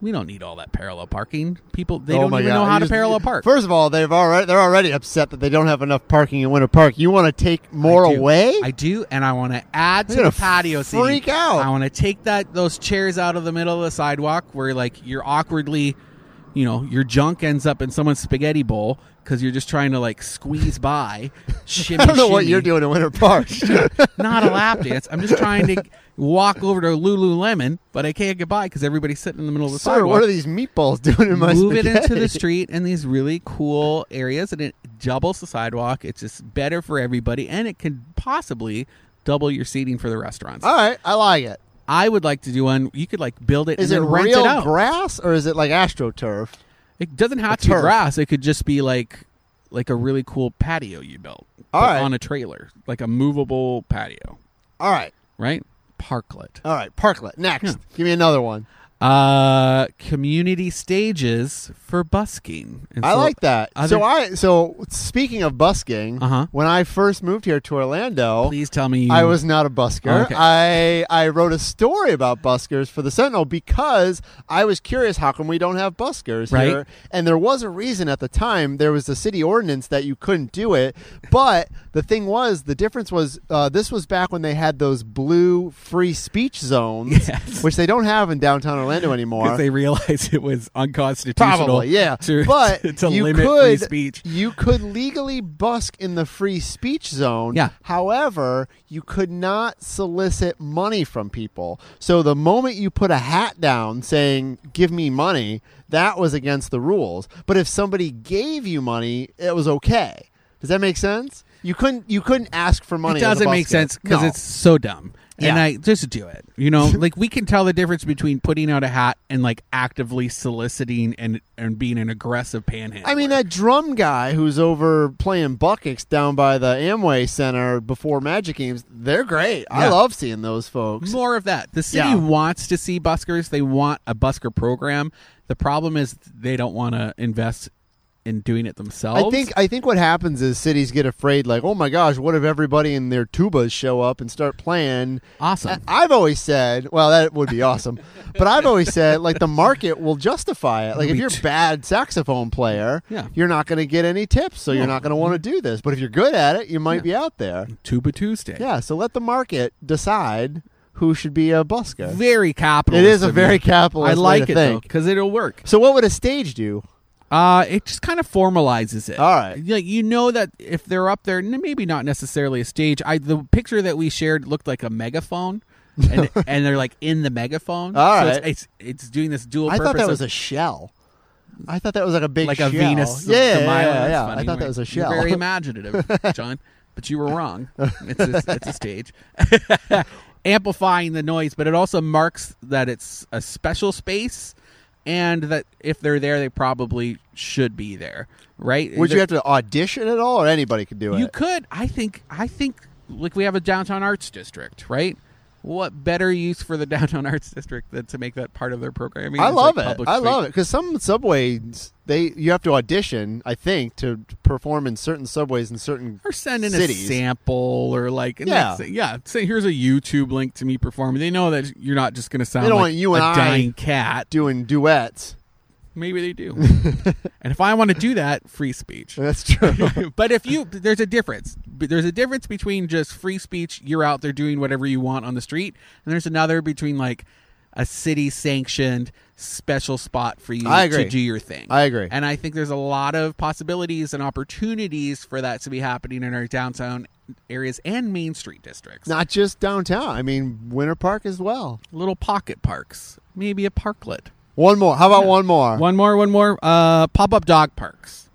we don't need all that parallel parking. People they
Oh
don't
my
even
God.
know how
You
to
just-
parallel park.
First of all, they've already they're already upset that they don't have enough parking in Winter Park. You want to take more
I do.
away?
I do, and I want to add to
You're
the
gonna
patio seating.
freak out.
I want to take that those chairs out of the middle of the sidewalk where like you're awkwardly, you know, your junk ends up in someone's spaghetti bowl because you're just trying to like
[laughs]
squeeze by. Shimmy,
[laughs] I don't know what
shimmy.
you're doing in Winter Park. [laughs]
Not a lap dance. I'm just trying to walk over to Lululemon, but I can't get by because everybody's sitting in the middle of the
Sir,
sidewalk
what are these meatballs [laughs] doing in my
move it
spaghetti?
into the street in these really cool areas and it doubles the sidewalk it's just better for everybody and it can possibly double your seating for the
[laughs]
restaurants
All right, I like it.
i would like to do one you could like build it
Is it
and then rent
real
it out
grass or is it like astroturf?
it doesn't have
A
to be
turf?
grass it could just be like like a really cool patio you built
All
but
right.
on a trailer like a movable patio
All right,
right parklet
all right. Parklet next. Give me another one.
uh community stages for busking And
I
so-
like that.
other-
so I so speaking of busking,
Uh-huh.
when I first moved here to Orlando,
please tell me you
I was not a busker.
Okay.
I I wrote a story about buskers for the Sentinel because I was curious how come we don't have buskers
Right.
here. And there was a reason at the time. There was the city ordinance that you couldn't do it. But the thing was, the difference was uh, this was back when they had those blue free speech zones,
[laughs] Yes.
which they don't have in downtown Orlando anymore.
[laughs] because they realized it was unconstitutional.
Probably, yeah.
[laughs] To,
but
to,
you
limit free
could,
speech.
You could legally busk in the free speech zone.
Yeah.
However, you could not solicit money from people. So the moment you put a hat down saying "Give me money," that was against the rules. But if somebody gave you money, it was okay. Does that make sense? You couldn't. You couldn't ask for money.
It
as a
doesn't make
busker.
sense because
No.
it's so dumb. And
Yeah.
I just do it.
[laughs]
You know, like we can tell the difference between putting out a hat and like actively soliciting and and being an aggressive panhandler.
I mean, that drum guy who's over playing buckets down by the Amway Center before Magic Games, they're great. I
Yeah.
love seeing those folks.
more of that. The city
Yeah.
wants to see buskers. They want a busker program. The problem is they don't want to invest and doing it themselves.
I think I think what happens is cities get afraid, like, oh my gosh, what if everybody in their tubas show up and start playing?
awesome.
I- I've always said, well, that would be
[laughs]
awesome, but I've always said, like, the market will justify it. Like, if
Be
you're
t-
a bad saxophone player,
Yeah. Mm-hmm.
you're not going to get any tips, so you're not going to want to do this. But if you're good at it, you might be out there.
Tuba Tuesday.
Yeah, so let the market decide who should be a busker.
Very capitalist.
It is a
of
very
you.
capitalist.
I like
way to
it
think.
because it'll work.
So, what would a stage do?
Uh, it just kind of formalizes it.
All right.
like you know that if they're up there, n- maybe not necessarily a stage. I the picture that we shared looked like a megaphone,
[laughs]
and, and they're like in the megaphone.
All
so
right.
it's, it's it's doing this dual.
I thought
purpose
that
of-
was a shell. I thought that was like a big
like
shell.
a Venus.
Yeah, yeah,
de Milo.
yeah,
That's
yeah.
funny.
I thought
You're-
that was a
you're
shell. [laughs]
very imaginative, John, but you were wrong. It's
[laughs]
a, it's a stage. [laughs] Amplifying the noise, but it also marks that it's a special space, and that if they're there, they probably should be there, right?
Would you
There-
have to audition at all, or anybody could do it?
You could. I think. I think. Like we have a downtown arts district, right? What better use for the [laughs] downtown arts district than to make that part of their programming?
I
as,
love
like,
it.
public
I
space?
love it because some subways they you have to audition. I think to perform in certain subways in certain
or send in
cities.
a sample or like and
Yeah.
that's it. yeah say here's a youtube link to me performing they know that you're not just going to sound
They don't
like
want you
a
and I-
dying cat
doing duets.
maybe
[laughs]
they do and if i want to do that free speech
That's true.
[laughs] but if you there's a difference B- there's a difference between just free speech you're out there doing whatever you want on the street and there's another between like a city sanctioned special spot for you
I agree.
to do your thing
I agree.
and i think there's a lot of possibilities and opportunities for that to be happening in our downtown areas and main street districts
Not just downtown. I mean, Winter Park as well.
little pocket parks maybe a parklet
One more. How about one more?
One more, one more. Uh, Pop up dog parks.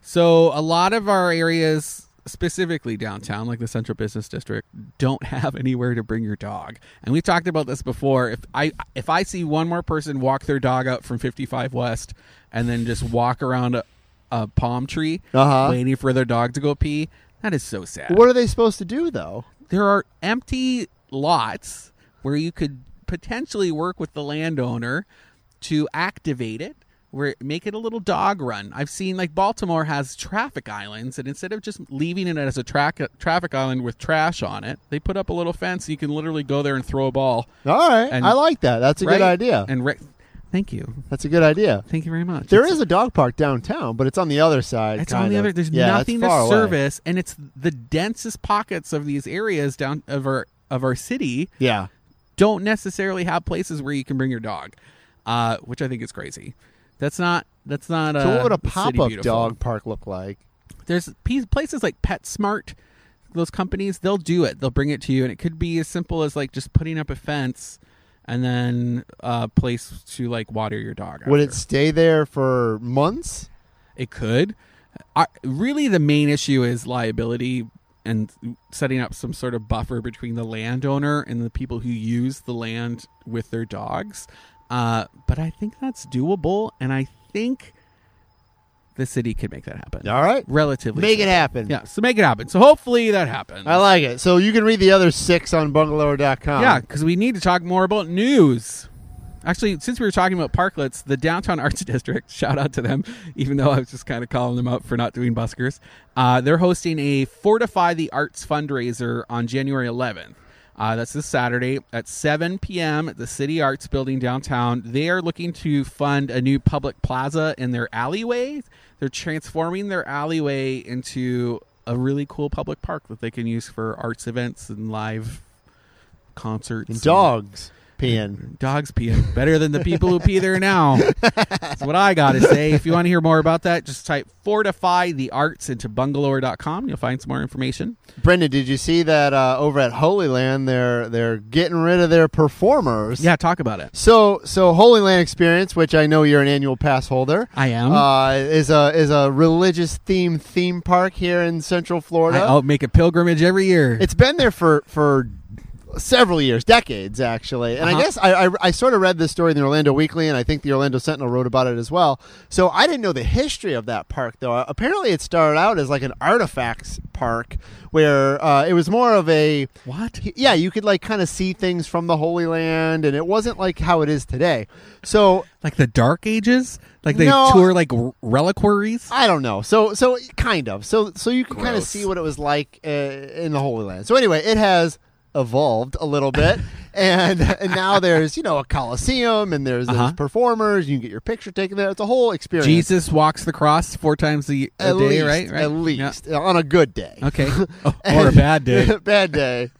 So a lot of our areas, specifically downtown, like the Central Business District, don't have [laughs] anywhere to bring your dog. And we talked about this before. If I if I see one more person walk their dog out from 55 West and then just walk around a, a palm tree,
Uh-huh.
waiting for their dog to go pee, that is so sad
What are they supposed to do though?
there are empty lots where you could potentially work with the landowner to activate it where make it a little dog run i've seen like baltimore has traffic islands and instead of just leaving it as a track traffic island with trash on it they put up a little fence you can literally go there and throw a ball
All right,
And-
I like that. That's a
Right?
good idea.
and re- thank you
That's a good idea.
thank you very much
There
It's-
is a dog park downtown, but it's on the other side.
It's
kind
on the
of.
other. There's
Yeah, it's
nothing to
far away.
service, and it's the densest pockets of these areas down of our of our city.
Yeah.
don't necessarily have places where you can bring your dog, uh, which I think is crazy. That's not. That's not.
So
uh,
what would a
city
pop-up
beautiful.
dog park look like?
There's pe- places like PetSmart. Those companies, they'll do it. They'll bring it to you, and it could be as simple as like just putting up a fence and then a place to like water your dog.
Would
after.
it stay there for months?
It could. I, really, the main issue is liability and setting up some sort of buffer between the landowner and the people who use the land with their dogs. Uh, but I think that's doable, and I think the city could make that happen.
All right.
Relatively,
Make it
simple.
happen.
Yeah, so make it happen. So hopefully that happens.
I like it. So you can read the other six on bungalower.com.
Yeah, because we need to talk more about news. Actually, since we were talking about parklets, the Downtown Arts [laughs] District, shout out to them, even though I was just kind of calling them out for not doing buskers, uh, they're hosting a Fortify the Arts fundraiser on January 11th. Uh, that's this Saturday at 7 p.m. at the City Arts Building downtown. They are looking to fund a new public plaza in their alleyway. They're transforming their alleyway into a really cool public park that they can use for arts events and live concerts.
And
and-
dogs peeing.
Dogs peeing better than the people who pee there now. That's what I got to say. If you want to hear more about that, just type fortify the arts into bungalower.com. You'll find some more information.
Brendan, did you see that uh, over at Holy Land they're they're getting rid of their performers?
Yeah, talk about it.
So so Holy Land Experience, which I know you're an annual pass holder.
I am.
Uh, is a is a religious theme theme park here in Central Florida.
I, will make a pilgrimage every year.
It's been there for for several years, decades actually. And I
Uh-huh.
guess I, I, I sort of read this story in the Orlando Weekly, and I think the Orlando Sentinel wrote about it as well. So I didn't know the history of that park, though. Uh, Apparently, it started out as like an artifacts park where uh, it was more of a
What?
Yeah, you could like kind of see things from the Holy Land, and it wasn't like how it is today. So
Like the Dark Ages? Like they
No.
tour like r- reliquaries?
I don't know. So so kind of. So so you can kind of
Gross.
see what it was like uh, in the Holy Land. So anyway, it has evolved a little
[laughs]
bit, and and now there's you know a coliseum and there's,
Uh-huh.
there's performers. You can get your picture taken there. It's a whole experience.
Jesus walks the cross four times a, a
At
day,
least,
right? Right?
At
Yeah.
least on a good day. [laughs]
Okay. Oh, or a bad day.
bad day.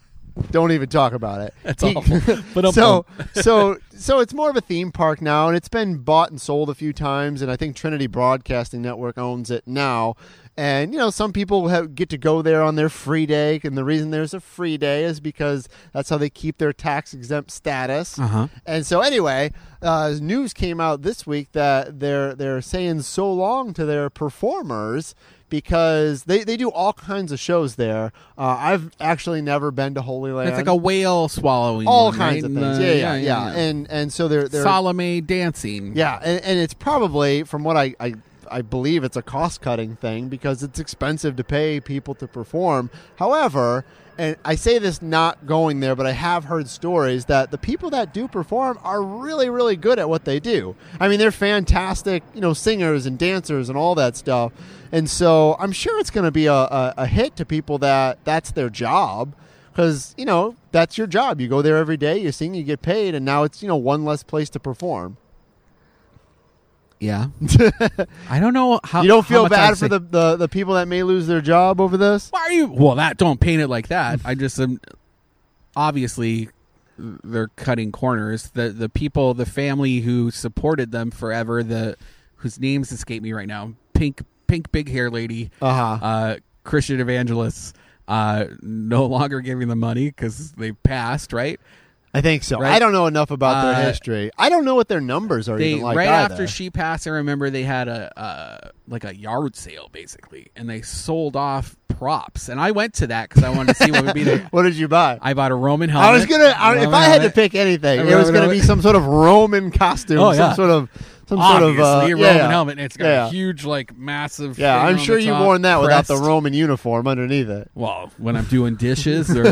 Don't even talk about
[laughs]
it. That's [laughs]
awful. But I'm-
so so so it's more of a theme park now, and it's been bought and sold a few times, and I think Trinity Broadcasting Network owns it now. And you know, some people have, get to go there on their free day, and the reason there's a free day is because that's how they keep their tax exempt status.
Uh-huh.
And so, anyway, uh, news came out this week that they're they're saying so long to their performers because they, they do all kinds of shows there. Uh, I've actually never been to Holy Land.
It's like a whale swallowing.
all
one,
kinds
right?
of
And,
things.
uh,
yeah, yeah, yeah, And and so they're they're
Salome dancing.
yeah, and, and it's probably from what I. I I believe it's a cost cutting thing because it's expensive to pay people to perform. However, and I say this not going there, but I have heard stories that the people that do perform are really, really good at what they do. I mean, they're fantastic, you know, singers and dancers and all that stuff. And so I'm sure it's going to be a, a, a hit to people that that's their job because, you know, that's your job. You go there every day, you sing, you get paid, and now it's, you know, one less place to perform.
Yeah. [laughs] I don't know how
You don't
how
feel
much
bad
I'd
for
say-
the, the, the people that may lose their job over this?
Why are you? Well, that don't paint it like that. I just um, obviously they're cutting corners. The the people, the family who supported them forever, the whose names escape me right now. Pink pink big hair lady,
Uh-huh.
uh, Christian evangelists, uh, no longer giving them money because they passed. Right.
I think so.
Right.
I don't know enough about
Uh,
their history. I don't know what their numbers are
they
even like
right
either.
after she passed i remember they had a uh, like a yard sale basically and they sold off props and i went to that because i wanted to see what would be
[laughs]
there
what did you buy?
i bought a roman helmet
I was gonna. I, if
Roman
I had to
helmet.
pick anything,
A
it was
Roman
gonna
helmet.
be some sort of Roman costume,
Oh, yeah.
some sort of some
obviously
sort of uh,
a roman
yeah, yeah.
helmet and it's got
yeah.
a huge like massive
Yeah,
thing
I'm
on
sure
the
you
top,
worn that without the
crest.
Roman uniform underneath it.
well when i'm doing dishes
[laughs]
or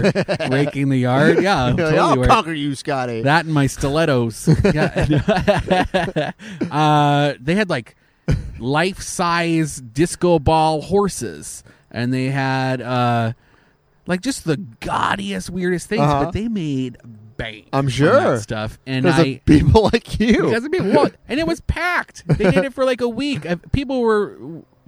raking the yard yeah i'm
You're like,
totally
I'll
wearing-
conquer you, Scotty.
[laughs] that and my stilettos. Yeah. [laughs] uh, they had like life size disco ball horses, and they had uh, like just the gaudiest, weirdest things.
Uh-huh.
But they made bank.
I'm
on that
sure.
stuff, and
Because
I.
of people [laughs] like
Because
you.
of people- well, and it was packed. They did it for like a week. Uh, People were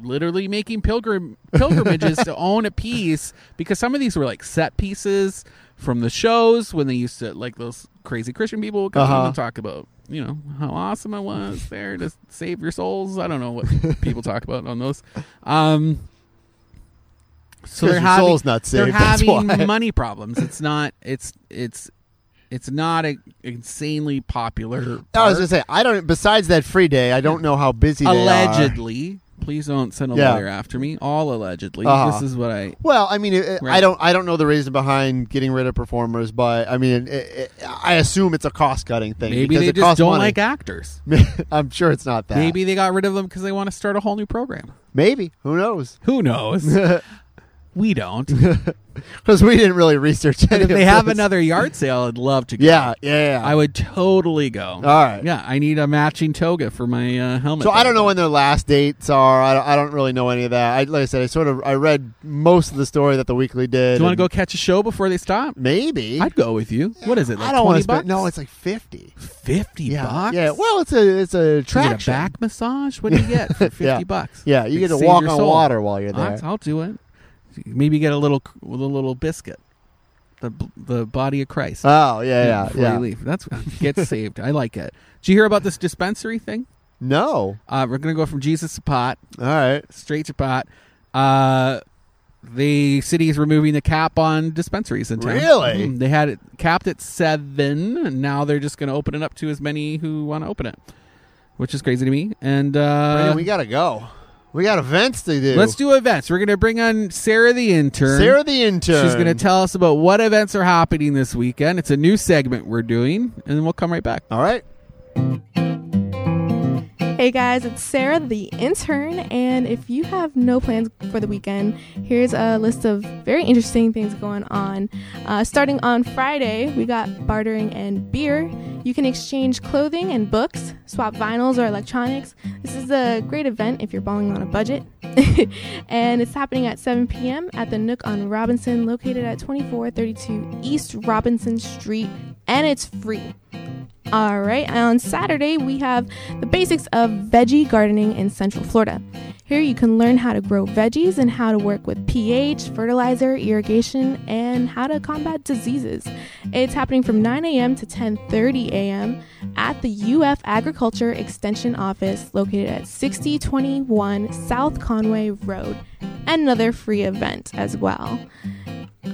literally making pilgrim pilgrimages to own a piece because some of these were like set pieces from the shows when they used to like those crazy Christian people would come
Uh-huh.
on and talk about you know how awesome I was there to save your souls. I don't know what people talk about on those. Um, so
Because
they're
your
having
soul's not
they're
saved, that's
having
why. [laughs]
money problems. It's not. It's it's it's not a, insanely popular.
I was
park.
gonna say I don't. Besides that free day, I don't know how busy they are.
allegedly. Please don't send a
Yeah.
letter after me. All allegedly.
Uh-huh.
This is what I.
Well, I mean, it, it- I
Right.
don't, I don't know the reason behind getting rid of performers, but I mean, it, it, I assume it's a cost cutting thing.
Maybe
because
they
it
just
costs
don't
money. [laughs]
like actors.
I'm sure it's not that.
Maybe they got rid of them because they want to start a whole
[laughs]
new program.
maybe who knows? [laughs]
Who knows? we don't.
Because we didn't really research any
if
of
they have
this.
another yard sale, I'd love to go.
Yeah, yeah. yeah.
I would totally go. All
right.
Yeah, I need a matching toga for my uh, helmet.
so I
there.
don't know when their last dates are. I don't, I don't really know any of that. I, like I said, I sort of I read most of the story that the weekly did.
Do you want
and
to go catch a show before they stop?
Maybe
I'd go with you. What is it? Like
I don't
20
want to
bucks?
spend. No, it's like fifty.
fifty
Yeah,
bucks.
yeah. Well, it's a it's a
You get
attraction.
a back massage. What do you
[laughs]
get for fifty
Yeah.
bucks?
Yeah, you
Like,
get to
save
walk
your
on
soul.
water while you're there.
I'll, I'll do it. Maybe get a little a little biscuit, the the body of Christ.
Oh yeah, yeah,
before
yeah.
you leave. That's [laughs] get saved. I like it. Did you hear about this dispensary thing?
No.
Uh, we're gonna go from Jesus to pot,
All right.
straight to pot. Uh, the city is removing the cap on dispensaries in town.
Really?
Mhm. They had it capped at seven, and now they're just gonna open it up to as many who want to open it, which is crazy to me. And uh,
Brandon, we gotta go. We got events to do.
Let's do events. We're going to bring on Sarah the intern.
Sarah the intern.
She's going to tell us about what events are happening this weekend. It's a new segment we're doing, and then we'll come right back.
All right.
Hey guys, it's Sarah the intern, and if you have no plans for the weekend, here's a list of very interesting things going on. Uh, starting on Friday, we got bartering and beer. You can exchange clothing and books, swap vinyls or electronics. This is a great event if you're balling on a budget. [laughs] and it's happening at 7 p.m. at the Nook on Robinson, located at 2432 East Robinson Street, and it's free. All right, and on Saturday, we have the basics of veggie gardening in Central Florida. Here, you can learn how to grow veggies and how to work with pH, fertilizer, irrigation, and how to combat diseases. It's happening from 9 a.m. to 10:30 a.m. at the UF Agriculture Extension Office, located at 6021 South Conway Road. Another free event as well.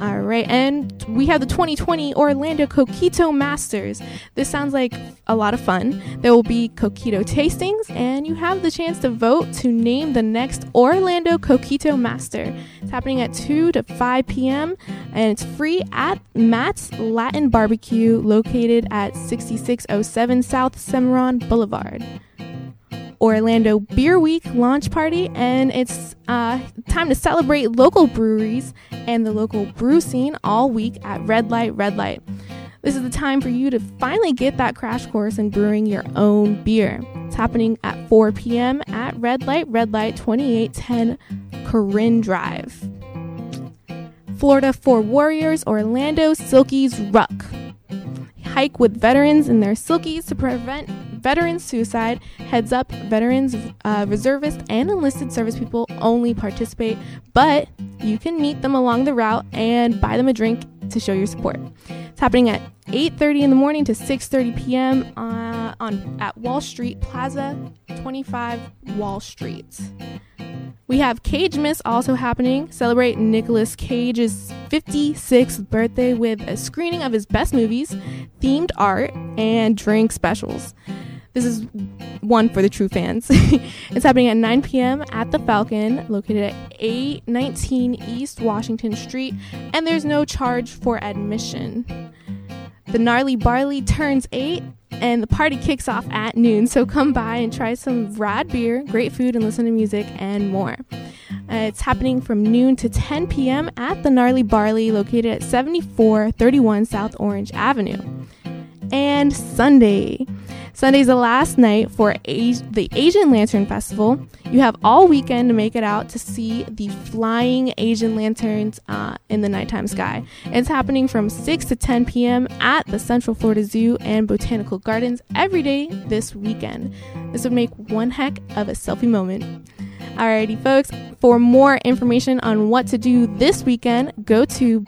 All right, and we have the 2020 Orlando Coquito Masters. This sounds like a lot of fun. There will be Coquito tastings, and you have the chance to vote to name the next Orlando Coquito Master. It's happening at 2 to 5 p.m., and it's free at Matt's Latin Barbecue, located at 6607 South Cimarron Boulevard. Orlando Beer Week launch party, and it's uh, time to celebrate local breweries and the local brew scene all week at Red Light, Red Light. This is the time for you to finally get that crash course in brewing your own beer. It's happening at 4 p.m. at Red Light, Red Light 2810 Corinne Drive. Florida for Warriors Orlando Silkies Ruck hike with veterans in their silkies to prevent veteran suicide. Heads up, veterans, uh, reservists, and enlisted service people only participate, but you can meet them along the route and buy them a drink to show your support. It's happening at 8:30 in the morning to 6:30 p.m. Uh, on at Wall Street Plaza, 25 Wall Street. We have Cage Miss also happening. Celebrate Nicolas Cage's 56th birthday with a screening of his best movies, themed art, and drink specials. This is one for the true fans. [laughs] it's happening at 9 p.m. at the Falcon, located at 819 East Washington Street, and there's no charge for admission. The gnarly barley turns eight, and the party kicks off at noon. So come by and try some rad beer, great food, and listen to music and more. Uh, it's happening from noon to 10 p.m. at the Gnarly Barley, located at 7431 South Orange Avenue. And Sunday. Sunday's the last night for As- the Asian Lantern Festival. You have all weekend to make it out to see the flying Asian lanterns uh, in the nighttime sky. It's happening from 6 to 10 p.m. at the Central Florida Zoo and Botanical Gardens every day this weekend. This would make one heck of a selfie moment. Alrighty, folks, for more information on what to do this weekend, go to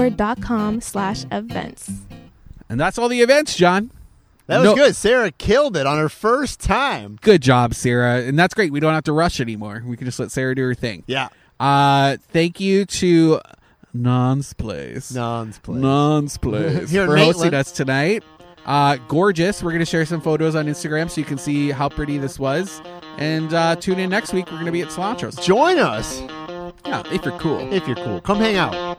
bungalower.com slash events.
And that's all the events, John.
That was
No.
good. Sarah killed it on her first time.
Good job, Sarah. And that's great. We don't have to rush anymore. We can just let Sarah do her thing.
Yeah.
Uh, thank you to Non's Place.
Non's place. [laughs]
Non's Place
Here in
for hosting
Maitland.
us tonight. Uh, gorgeous. We're going to share some photos on Instagram so you can see how pretty this was. And uh, tune in next week. We're going to be at Cilantro's.
Join us
Yeah, if you're cool.
if you're cool. Come hang out.